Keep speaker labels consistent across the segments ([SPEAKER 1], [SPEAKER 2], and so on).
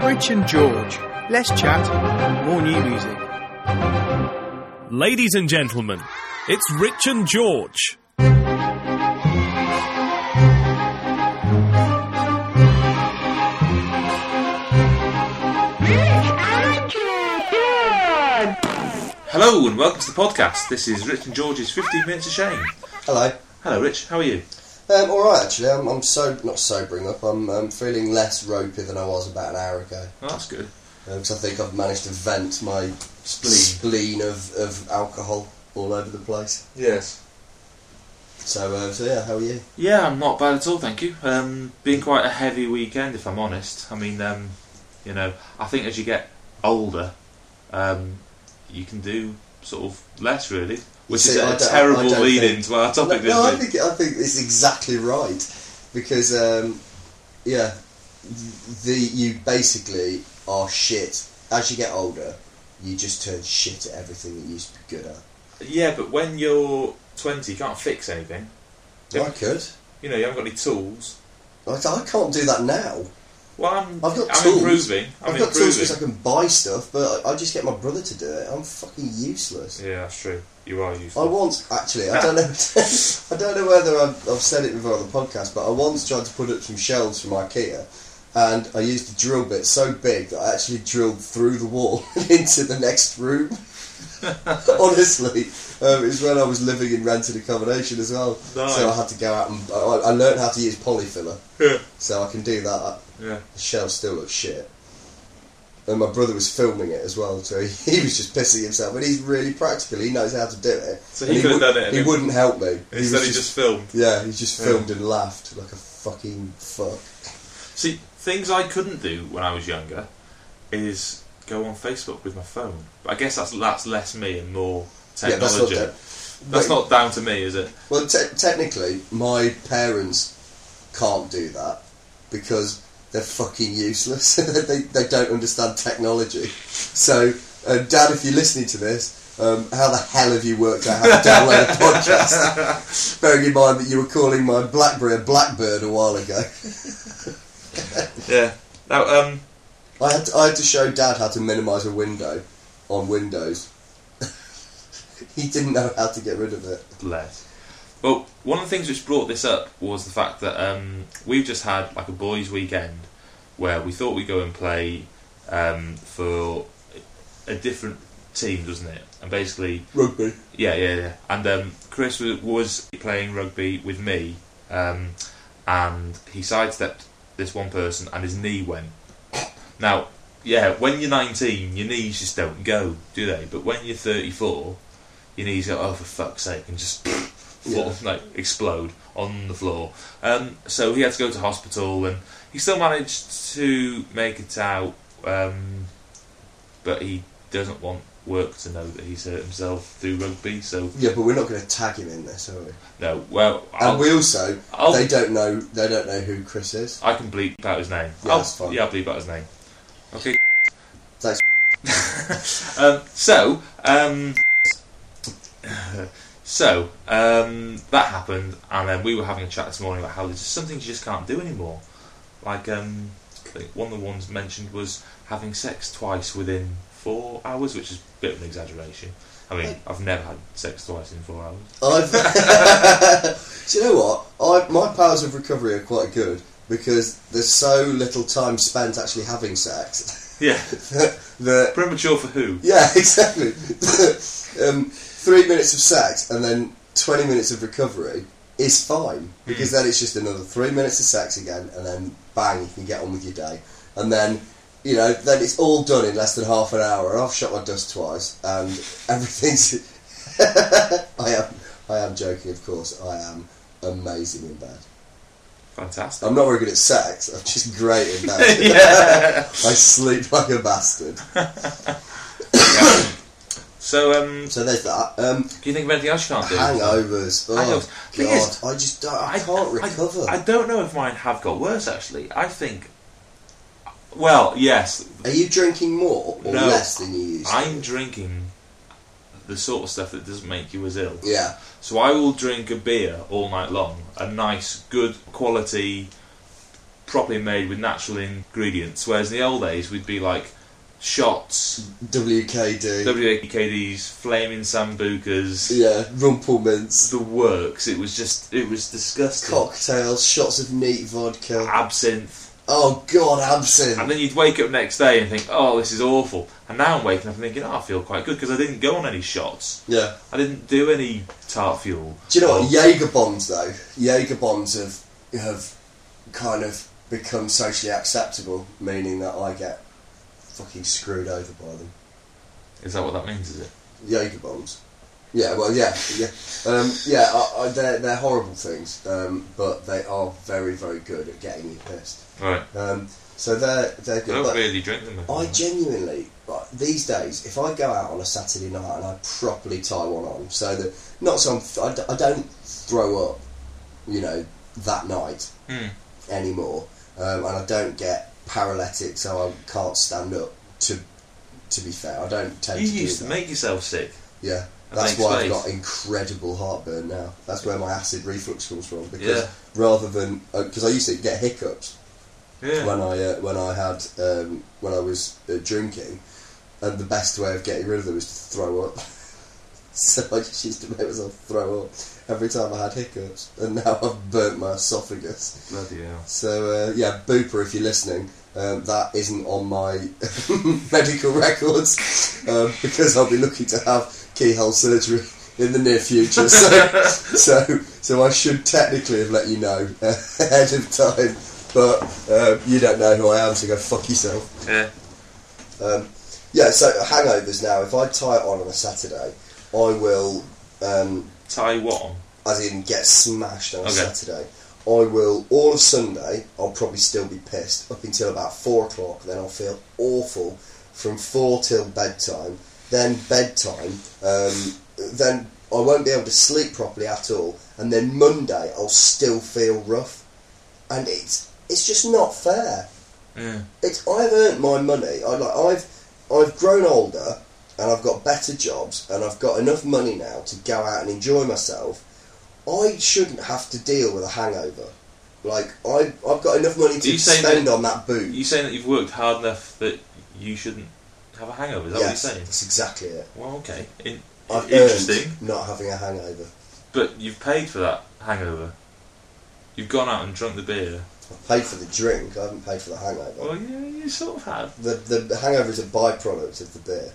[SPEAKER 1] Rich and George. Less chat, more new music.
[SPEAKER 2] Ladies and gentlemen, it's Rich and George.
[SPEAKER 3] Hello and welcome to the podcast. This is Rich and George's 15 Minutes of Shame.
[SPEAKER 4] Hello.
[SPEAKER 3] Hello, Rich. How are you?
[SPEAKER 4] Um, all right, actually, I'm, I'm so not sobering up. I'm, I'm feeling less ropey than I was about an hour ago
[SPEAKER 3] Well, Oh, that's good.
[SPEAKER 4] because I think I've managed to vent my spleen, of, of alcohol all over the place.
[SPEAKER 3] Yes.
[SPEAKER 4] So, uh, so yeah, how are you?
[SPEAKER 3] Yeah, I'm not bad at all, thank you. Um, been quite a heavy weekend, if I'm honest. I mean, um, you know, I think as you get older, um, you can do sort of less, really. Which
[SPEAKER 4] see,
[SPEAKER 3] is
[SPEAKER 4] I
[SPEAKER 3] a
[SPEAKER 4] don't- I
[SPEAKER 3] terrible
[SPEAKER 4] don't
[SPEAKER 3] lead
[SPEAKER 4] think-
[SPEAKER 3] into our
[SPEAKER 4] No,
[SPEAKER 3] topic,
[SPEAKER 4] no, I
[SPEAKER 3] isn't it?
[SPEAKER 4] think I think it's exactly right because um, yeah, the you basically are shit as you get older. You just turn shit at everything that you used to be good at.
[SPEAKER 3] Yeah, but when you're 20, you can't fix anything. Yeah.
[SPEAKER 4] I could.
[SPEAKER 3] You know, you haven't got any tools.
[SPEAKER 4] I, I can't do that now.
[SPEAKER 3] Well, I'm,
[SPEAKER 4] I've got
[SPEAKER 3] I'm
[SPEAKER 4] tools.
[SPEAKER 3] improving. I'm
[SPEAKER 4] I've got
[SPEAKER 3] improving.
[SPEAKER 4] tools because I can buy stuff, but I, I just get my brother to do it. I'm fucking useless.
[SPEAKER 3] Yeah, that's true. You are
[SPEAKER 4] I
[SPEAKER 3] useful.
[SPEAKER 4] once actually, I don't know, I don't know whether I've, I've said it before on the podcast, but I once tried to put up some shelves from IKEA, and I used a drill bit so big that I actually drilled through the wall and into the next room. Honestly, um, it was when I was living in rented accommodation as well,
[SPEAKER 3] Nice.
[SPEAKER 4] so I had to go out and I, I learned how to use polyfiller,
[SPEAKER 3] Yeah.
[SPEAKER 4] so I can do that.
[SPEAKER 3] Yeah.
[SPEAKER 4] The shelf still looks shit. And my brother was filming it as well, so he was just pissing himself. And he's really practical; he knows how to do it.
[SPEAKER 3] So
[SPEAKER 4] And
[SPEAKER 3] he could have
[SPEAKER 4] wou-
[SPEAKER 3] done it.
[SPEAKER 4] He wouldn't help me. He was
[SPEAKER 3] Instead, he just filmed.
[SPEAKER 4] yeah, he just
[SPEAKER 3] Yeah.
[SPEAKER 4] filmed and laughed like a fucking fuck.
[SPEAKER 3] See, things I couldn't do when I was younger is go on Facebook with my phone. But I guess that's that's less me and more
[SPEAKER 4] Yeah, that's not
[SPEAKER 3] technology.
[SPEAKER 4] that. Wait,
[SPEAKER 3] That's not down to me, is it?
[SPEAKER 4] Well, te- technically, my parents can't do that because they're fucking useless. they, they don't understand technology. So, uh, Dad, if you're listening to this, um, how the hell have you worked out how to download a podcast? Bearing in mind that you were calling my BlackBerry a Blackbird a while ago.
[SPEAKER 3] Yeah. Now, um,
[SPEAKER 4] I had to, I had to show Dad how to minimise a window on Windows. he didn't know how to get rid of it.
[SPEAKER 3] less. Well, one of the things which brought this up was the fact that um, we've just had like a boys' weekend where we thought we'd go and play um, for a different team, wasn't it? And basically,
[SPEAKER 4] Rugby.
[SPEAKER 3] Yeah, yeah, yeah. And um, Chris was, was playing rugby with me, um, and he sidestepped this one person, and his knee went. Now, yeah, when you're 19, your knees just don't go, do they? But when you're 34, your knees go, oh, for fuck's sake, and just fall, like explode on the floor. Um, so he had to go to hospital, and he still managed to make it out, um, but he doesn't want work to know that he's hurt himself through rugby. So
[SPEAKER 4] Yeah, but we're not going to tag him in this, are we?
[SPEAKER 3] no, well,
[SPEAKER 4] And
[SPEAKER 3] I'll,
[SPEAKER 4] we also
[SPEAKER 3] I'll-
[SPEAKER 4] they don't know they don't know who Chris is.
[SPEAKER 3] I can bleep out his name.
[SPEAKER 4] Yeah,
[SPEAKER 3] I'll,
[SPEAKER 4] that's fine.
[SPEAKER 3] Yeah, I'll bleep out his name. Okay.
[SPEAKER 4] Thanks.
[SPEAKER 3] um, so, um, so um, that happened, and then we were having a chat this morning about how there's just some things you just can't do anymore. Like, um, I think one of the ones mentioned was having sex twice within four hours, which is a bit of an exaggeration. I mean, I've never had sex twice in four hours.
[SPEAKER 4] I've Do you know what? I my powers of recovery are quite good because there's so little time spent actually having sex
[SPEAKER 3] Yeah,
[SPEAKER 4] that
[SPEAKER 3] premature for who?
[SPEAKER 4] yeah, exactly. um, three minutes of sex and then twenty minutes of recovery is fine because then it's just another three minutes of sex again and then bang you can get on with your day and then you know then it's all done in less than half an hour. I've shot my dust twice and everything's. I am I am joking, of course. I am amazing in bed.
[SPEAKER 3] Fantastic.
[SPEAKER 4] I'm not very good at sex. I'm just great in bed.
[SPEAKER 3] yeah.
[SPEAKER 4] I sleep like a bastard.
[SPEAKER 3] So, um,
[SPEAKER 4] So there's that. Um,
[SPEAKER 3] can you think of anything else you can't do?
[SPEAKER 4] Hangovers. Oh,
[SPEAKER 3] Hangovers. Thing
[SPEAKER 4] God.
[SPEAKER 3] is,
[SPEAKER 4] I just don't, I, can't recover.
[SPEAKER 3] I, don't know if mine have got worse. Actually, I think. Well, yes,
[SPEAKER 4] Are you drinking more or
[SPEAKER 3] No.
[SPEAKER 4] less than you used? to?
[SPEAKER 3] I'm drinking the sort of stuff that doesn't make you as ill.
[SPEAKER 4] yeah,
[SPEAKER 3] So I will drink a beer all night long, a nice, good quality properly made with natural ingredients. Whereas in the old days, we'd be like shots,
[SPEAKER 4] WKD.
[SPEAKER 3] WAKDs, flaming sambucas,
[SPEAKER 4] yeah, rumplemints,
[SPEAKER 3] the works. It was just, it was disgusting.
[SPEAKER 4] cocktails, shots of neat vodka.
[SPEAKER 3] Absinthe.
[SPEAKER 4] Oh God, absinthe.
[SPEAKER 3] And then you'd wake up next day and think, oh, this is awful. And now I'm waking up and thinking, oh, I feel quite good because I didn't go on any shots.
[SPEAKER 4] yeah.
[SPEAKER 3] I didn't do any tart fuel.
[SPEAKER 4] Do you know what?
[SPEAKER 3] Yeah.
[SPEAKER 4] Jaeger bombs, though. Jaeger bombs have have kind of become socially acceptable, meaning that I get fucking screwed over by them.
[SPEAKER 3] Oh, Is that what that means, is it?
[SPEAKER 4] Jaeger bombs. Yeah, well, yeah, yeah, um, yeah. I, I, they're they're horrible things, um, but they are very very good at getting you pissed.
[SPEAKER 3] Right.
[SPEAKER 4] Um, so they're they're
[SPEAKER 3] I
[SPEAKER 4] good.
[SPEAKER 3] don't
[SPEAKER 4] But
[SPEAKER 3] really drink them.
[SPEAKER 4] I genuinely, like, these days, if I go out on a Saturday night and I properly tie one on, so that not so I'm, I, d- I don't throw up, you know, that night
[SPEAKER 3] Hmm.
[SPEAKER 4] anymore, um, and I don't get paralytic, so I can't stand up. To to be fair, I don't tend
[SPEAKER 3] You
[SPEAKER 4] to. do
[SPEAKER 3] used to
[SPEAKER 4] that.
[SPEAKER 3] make yourself sick.
[SPEAKER 4] Yeah,
[SPEAKER 3] That
[SPEAKER 4] that's
[SPEAKER 3] makes
[SPEAKER 4] why
[SPEAKER 3] space.
[SPEAKER 4] I've got incredible heartburn now. That's where my acid reflux comes from because
[SPEAKER 3] Yeah.
[SPEAKER 4] rather than because I used to get hiccups
[SPEAKER 3] Yeah.
[SPEAKER 4] when I uh, when I had um, when I was uh, drinking, and the best way of getting rid of them was to throw up. so I just used to make myself throw up every time I had hiccups, and now I've burnt my esophagus.
[SPEAKER 3] Bloody hell.
[SPEAKER 4] So uh, yeah, Booper, if you're listening, um, that isn't on my medical records um, because I'll be looking to have keyhole surgery in the near future. So so so I should technically have let you know ahead of time, but um, you don't know who I am, so go fuck yourself.
[SPEAKER 3] Yeah.
[SPEAKER 4] Um, yeah, so hangovers now. If I tie it on on a Saturday, I will, um,
[SPEAKER 3] Tie what on?
[SPEAKER 4] as in get smashed on a
[SPEAKER 3] Okay.
[SPEAKER 4] Saturday. I will all of Sunday. I'll probably still be pissed up until about four o'clock. Then I'll feel awful from four till bedtime. Then bedtime. Um, then I won't be able to sleep properly at all. And then Monday, I'll still feel rough. And it's it's just not fair
[SPEAKER 3] Yeah.
[SPEAKER 4] it's I've earned my money. I like I've I've grown older and I've got better jobs and I've got enough money now to go out and enjoy myself. I shouldn't have to deal with a hangover. Like I I've got enough money
[SPEAKER 3] Are
[SPEAKER 4] to
[SPEAKER 3] you saying
[SPEAKER 4] spend
[SPEAKER 3] that-
[SPEAKER 4] on that
[SPEAKER 3] Are
[SPEAKER 4] booze.
[SPEAKER 3] you saying that you've worked hard enough that you shouldn't have a hangover? Is that
[SPEAKER 4] yes,
[SPEAKER 3] what you're saying?
[SPEAKER 4] that's exactly it.
[SPEAKER 3] Well, okay. In-
[SPEAKER 4] I've
[SPEAKER 3] interesting.
[SPEAKER 4] earned not having a hangover.
[SPEAKER 3] But you've paid for that hangover. You've gone out and drunk the beer.
[SPEAKER 4] I've paid for the drink. I haven't paid for the hangover.
[SPEAKER 3] Well, yeah, you sort of have.
[SPEAKER 4] The, the the hangover is a byproduct of the beer.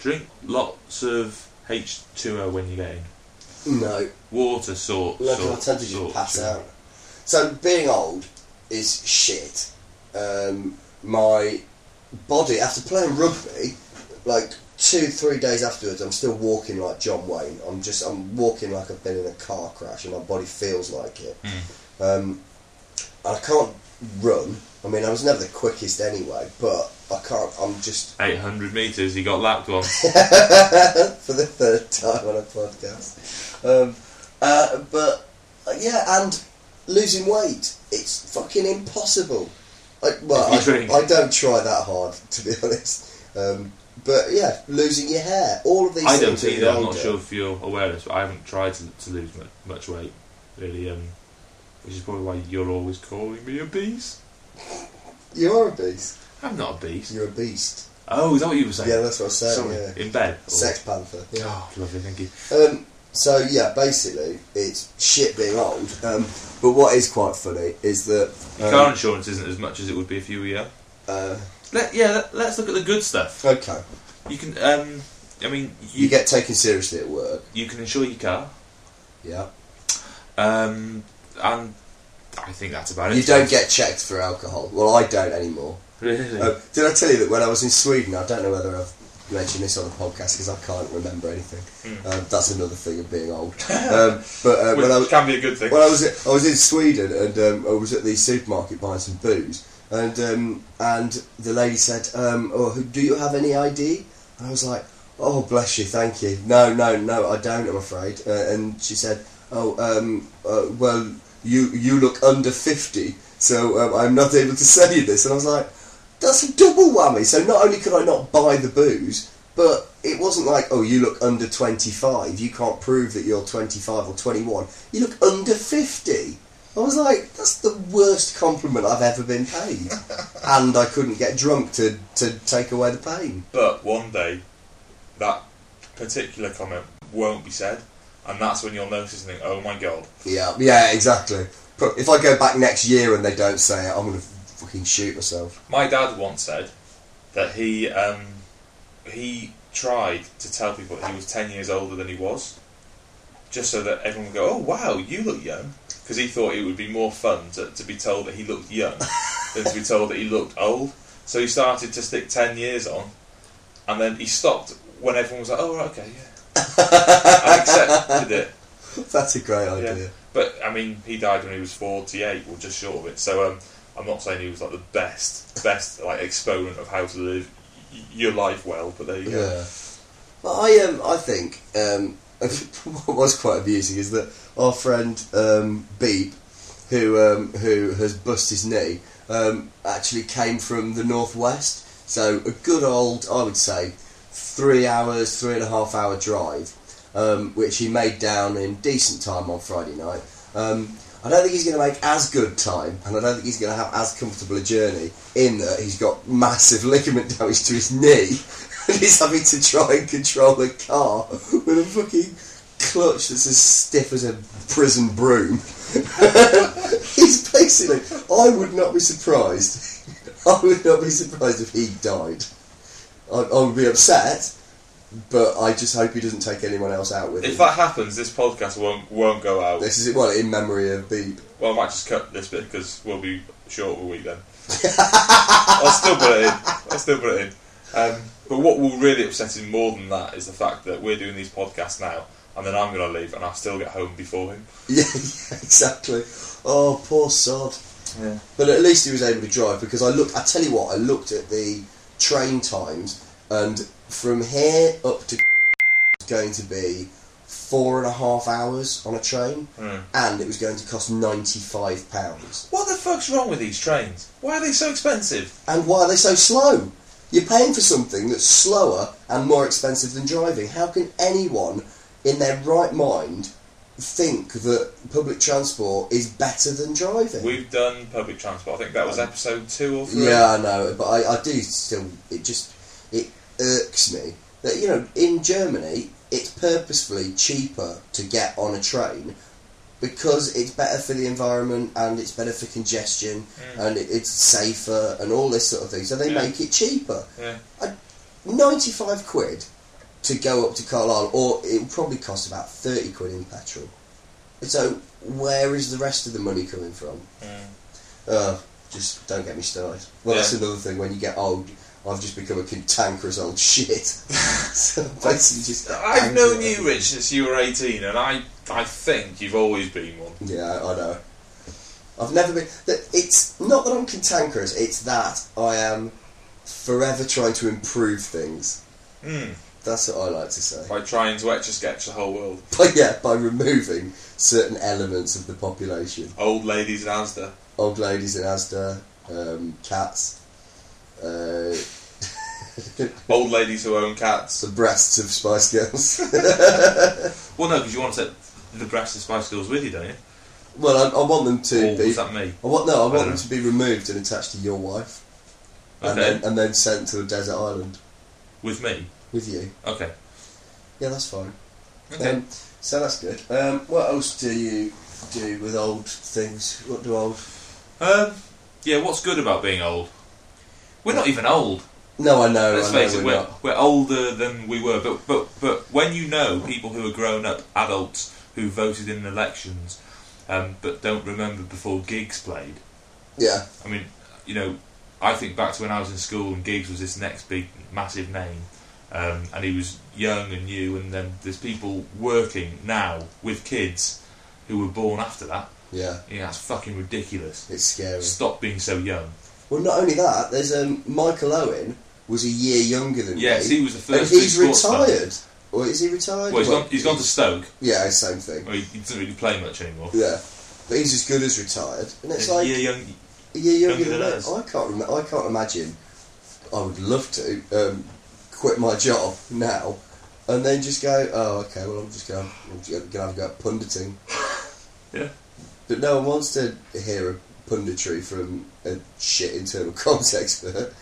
[SPEAKER 3] Drink lots of H2O when you get in.
[SPEAKER 4] No,
[SPEAKER 3] Water sort.
[SPEAKER 4] Look,
[SPEAKER 3] sort,
[SPEAKER 4] I tend to just
[SPEAKER 3] sort,
[SPEAKER 4] pass
[SPEAKER 3] sort.
[SPEAKER 4] out. So being old is shit. Um, my body after playing rugby, like two three days afterwards, I'm still walking like John Wayne. I'm just I'm walking like I've been in a car crash, and my body feels like it. Um, and I can't run. I mean, I was never the quickest anyway, but I can't. I'm just
[SPEAKER 3] 800 metres, he got lapped on.
[SPEAKER 4] for the third time on a podcast. Um, uh, but uh, yeah, and losing weight, it's fucking impossible. I, well,
[SPEAKER 3] You drink.
[SPEAKER 4] I, I don't try that hard to be honest. Um, but yeah, losing your hair, all of these.
[SPEAKER 3] I
[SPEAKER 4] things
[SPEAKER 3] don't
[SPEAKER 4] when
[SPEAKER 3] either.
[SPEAKER 4] you're
[SPEAKER 3] I'm not
[SPEAKER 4] older.
[SPEAKER 3] sure if you're aware of this, but I haven't tried to, to lose much, much weight, really. Um, which is probably why you're always calling me obese.
[SPEAKER 4] You are a beast.
[SPEAKER 3] I'm not obese.
[SPEAKER 4] You're a beast.
[SPEAKER 3] Oh, is that what you were saying?
[SPEAKER 4] Yeah, that's what I was saying.
[SPEAKER 3] Sorry,
[SPEAKER 4] Yeah.
[SPEAKER 3] in bed. or-
[SPEAKER 4] Sex panther. Yeah.
[SPEAKER 3] Oh, lovely, thank you.
[SPEAKER 4] Um, so yeah, basically, it's shit being old. Um, but what is quite funny is that
[SPEAKER 3] Your
[SPEAKER 4] um,
[SPEAKER 3] car insurance isn't as much as it would be if you were young.
[SPEAKER 4] uh,
[SPEAKER 3] Let, yeah, let, let's look at the good stuff.
[SPEAKER 4] okay,
[SPEAKER 3] You can, um, I mean, you,
[SPEAKER 4] you get taken seriously at work.
[SPEAKER 3] you can insure your car,
[SPEAKER 4] Yeah.
[SPEAKER 3] um, and I think that's about it.
[SPEAKER 4] You don't get checked for alcohol. Well, I don't anymore.
[SPEAKER 3] really.
[SPEAKER 4] Oh, did I tell you that when I was in Sweden, I don't know whether I've mentioned this on the podcast because I can't remember anything. Um, that's another thing of being old. um, but uh, when I was,
[SPEAKER 3] can be a good thing.
[SPEAKER 4] when I was I was in Sweden and um, I was at the supermarket buying some booze and um, and the lady said, um, "Oh, who- do you have any ID?" And I was like, "Oh, bless you, thank you. No, no, no, I don't. I'm afraid." Uh, and she said, "Oh, um, uh, well, you you look under fifty, so um, I'm not able to sell you this." And I was like, "That's a double whammy. So not only could I not buy the booze." But it wasn't like, oh, you look under 25, you can't prove that you're 25 or 21. You look under 50. I was like, that's the worst compliment I've ever been paid. and I couldn't get drunk to, to take away the pain.
[SPEAKER 3] But one day, that particular comment won't be said, and that's when you'll notice and think, oh my god.
[SPEAKER 4] Yeah, yeah, exactly. But if I go back next year and they don't say it, I'm going to fucking shoot myself.
[SPEAKER 3] My dad once said that he um, he tried to tell people he was ten years older than he was, just so that everyone would go, "Oh wow, you look young," because he thought it would be more fun to, to be told that he looked young than to be told that he looked old. So he started to stick ten years on, and then he stopped when everyone was like, "Oh right, okay, yeah," and accepted it.
[SPEAKER 4] That's a great
[SPEAKER 3] Yeah.
[SPEAKER 4] idea.
[SPEAKER 3] But I mean, he died when he was forty-eight, or just short of it. So um, I'm not saying he was like the best, best like exponent of how to live y- your life well. But there you go.
[SPEAKER 4] Yeah. Well, I um, I think um, what was quite amusing is that our friend um, Beep, who um, who has bust his knee, um, actually came from the northwest. So a good old, I would say, three hours, three and a half hour drive, um, which he made down in decent time on Friday night. Um, I don't think he's going to make as good time, and I don't think he's going to have as comfortable a journey. In that he's got massive ligament damage to his knee, and he's having to try and control a car with a fucking clutch that's as stiff as a prison broom. he's basically. I would not be surprised. I would not be surprised if he died. I, I would be upset, but I just hope he doesn't take anyone else out with
[SPEAKER 3] If
[SPEAKER 4] him.
[SPEAKER 3] that happens, this podcast won't won't go out.
[SPEAKER 4] This is it. Well, in memory of Beep.
[SPEAKER 3] Well, I might just cut this bit because we'll be short of a week then. I'll still put it in. I'll still put it in. Um, but what will really upset him more than that is the fact that we're doing these podcasts now, and then I'm going to leave, and I'll still get home before him.
[SPEAKER 4] Yeah, exactly. Oh, poor sod.
[SPEAKER 3] Yeah.
[SPEAKER 4] But at least he was able to drive because I looked. I tell you what, I looked at the train times, and from here up to was going to be four and a half hours on a train,
[SPEAKER 3] Hmm.
[SPEAKER 4] and it was going to cost ninety five pounds.
[SPEAKER 3] What the fuck's wrong with these trains? Why are they so expensive?
[SPEAKER 4] And why are they so slow? You're paying for something that's slower and more expensive than driving. How can anyone in their right mind think that public transport is better than driving?
[SPEAKER 3] We've done public transport. I think that was episode two or three.
[SPEAKER 4] Yeah, I know, but I, I do still. It just it irks me that you know in Germany it's purposefully cheaper to get on a train because it's better for the environment and it's better for congestion and it, it's safer and all this sort of thing. So they
[SPEAKER 3] Mm. Yeah.
[SPEAKER 4] make it cheaper.
[SPEAKER 3] Yeah.
[SPEAKER 4] Ninety five quid to go up to Carlisle, or it would probably cost about thirty quid in petrol. So where is the rest of the money coming from?
[SPEAKER 3] Mm.
[SPEAKER 4] Uh, just don't get me started. Well, that's
[SPEAKER 3] Yeah.
[SPEAKER 4] another thing. When you get old, I've just become a cantankerous old shit. so basically, just
[SPEAKER 3] I've
[SPEAKER 4] angry.
[SPEAKER 3] known you, Rich, since you were 18, and I, I think you've always been one.
[SPEAKER 4] Yeah, I know. I've never been. that- It's not that I'm cantankerous. It's that I am forever trying to improve things.
[SPEAKER 3] Mm.
[SPEAKER 4] That's what I like to say.
[SPEAKER 3] By trying to etch a sketch the whole world.
[SPEAKER 4] But yeah, by removing certain elements of the population,
[SPEAKER 3] Old ladies in Asda.
[SPEAKER 4] old ladies in Asda, um, cats, uh,
[SPEAKER 3] Old ladies who own cats.
[SPEAKER 4] the breasts of Spice Girls.
[SPEAKER 3] Well, no, because you want to take the breast of Spice Girls with you, don't you?
[SPEAKER 4] Well, I, I want them to
[SPEAKER 3] Or
[SPEAKER 4] be.
[SPEAKER 3] was that me?
[SPEAKER 4] I want no. I want
[SPEAKER 3] don't
[SPEAKER 4] them
[SPEAKER 3] know.
[SPEAKER 4] to be removed and attached to your wife, and
[SPEAKER 3] Okay,
[SPEAKER 4] then and then sent to a desert island
[SPEAKER 3] with me.
[SPEAKER 4] with you.
[SPEAKER 3] Okay.
[SPEAKER 4] Yeah, that's fine.
[SPEAKER 3] Okay.
[SPEAKER 4] Um, so that's good. Um, what else do you do with old things? What do old?
[SPEAKER 3] Um, yeah, what's good about being old? We're not even old.
[SPEAKER 4] No, I know.
[SPEAKER 3] Let's
[SPEAKER 4] I know
[SPEAKER 3] face it,
[SPEAKER 4] we're
[SPEAKER 3] we're,
[SPEAKER 4] not.
[SPEAKER 3] we're older than we were. But, but, but when you know people who are grown up adults who voted in elections um, but don't remember before gigs played,
[SPEAKER 4] Yeah,
[SPEAKER 3] I mean, you know, I think back to when I was in school and Giggs was this next big massive name, um, and he was young and new, and then there's people working now with kids who were born after that.
[SPEAKER 4] yeah.
[SPEAKER 3] You know, that's fucking ridiculous.
[SPEAKER 4] It's scary.
[SPEAKER 3] Stop being so young.
[SPEAKER 4] Well, not only that, there's um, Michael Owen was a year younger than
[SPEAKER 3] Yes,
[SPEAKER 4] me.
[SPEAKER 3] he was the
[SPEAKER 4] and
[SPEAKER 3] first. big
[SPEAKER 4] he's
[SPEAKER 3] sports fan.
[SPEAKER 4] retired. Or is he retired?
[SPEAKER 3] Well, he's gone, he's gone to Oh, Stoke.
[SPEAKER 4] Yeah, same thing.
[SPEAKER 3] Well, he, he doesn't really play much anymore.
[SPEAKER 4] Yeah, but he's as good as retired, and it's like
[SPEAKER 3] yeah, young.
[SPEAKER 4] A year younger
[SPEAKER 3] Younger
[SPEAKER 4] than
[SPEAKER 3] than
[SPEAKER 4] us.
[SPEAKER 3] us.
[SPEAKER 4] I can't. Rem- I can't imagine. I would love to um, quit my job now, and then just go. Oh, okay. Well, I'm just going. I'm just going to have a go at punditing.
[SPEAKER 3] Yeah.
[SPEAKER 4] But no one wants to hear a punditry from a shit internal comms expert.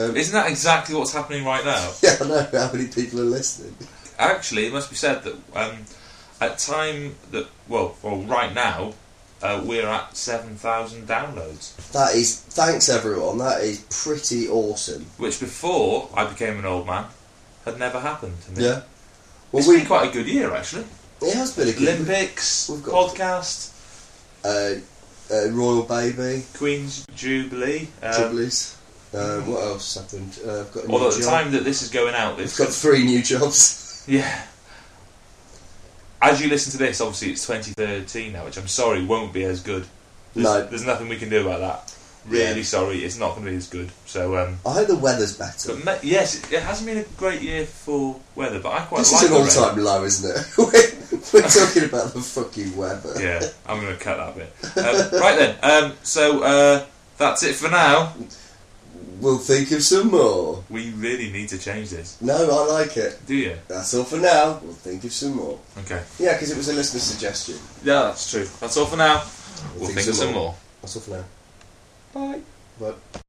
[SPEAKER 4] Um,
[SPEAKER 3] Isn't that exactly what's happening right now?
[SPEAKER 4] yeah, I know how many people are listening.
[SPEAKER 3] Actually, it must be said that um, at time that well, well, right now uh, we're at seven thousand downloads,
[SPEAKER 4] That is, thanks everyone. That is pretty awesome.
[SPEAKER 3] which before I became an old man had never happened to me.
[SPEAKER 4] Yeah. Well,
[SPEAKER 3] It's
[SPEAKER 4] we,
[SPEAKER 3] been quit quite a good year actually.
[SPEAKER 4] it has been a good
[SPEAKER 3] Olympics,
[SPEAKER 4] We've got-
[SPEAKER 3] podcast,
[SPEAKER 4] uh, uh, Royal Baby,
[SPEAKER 3] Queen's Jubilee. Um,
[SPEAKER 4] Jubilees. Um, what else happened? Uh, I've got a new
[SPEAKER 3] although at
[SPEAKER 4] job.
[SPEAKER 3] the time that this is going out,
[SPEAKER 4] I've
[SPEAKER 3] it's
[SPEAKER 4] got three new jobs.
[SPEAKER 3] yeah. As you listen to this, obviously it's 2013 now, which I'm sorry won't be as good. There's,
[SPEAKER 4] No.
[SPEAKER 3] there's nothing we can do about that. Really
[SPEAKER 4] Yeah.
[SPEAKER 3] sorry, it's not going to be as good. So um,
[SPEAKER 4] I hope the weather's better.
[SPEAKER 3] But ma- yes, it- it hasn't been a great year for weather, but I quite
[SPEAKER 4] This
[SPEAKER 3] like
[SPEAKER 4] is an
[SPEAKER 3] the
[SPEAKER 4] all
[SPEAKER 3] rain.
[SPEAKER 4] time low, isn't it? we're, we're talking about the fucking weather.
[SPEAKER 3] Yeah, I'm going to cut that bit. Um, right then, um, so uh, that's it for now.
[SPEAKER 4] We'll think of some more.
[SPEAKER 3] We really need to change this,
[SPEAKER 4] No, I like it.
[SPEAKER 3] do you?
[SPEAKER 4] That's all for now. We'll think of some more.
[SPEAKER 3] Okay.
[SPEAKER 4] Yeah, because it was a listener suggestion.
[SPEAKER 3] Yeah, that's true. That's all for now. We'll think, of some more.
[SPEAKER 4] That's all for now.
[SPEAKER 3] Bye.
[SPEAKER 4] But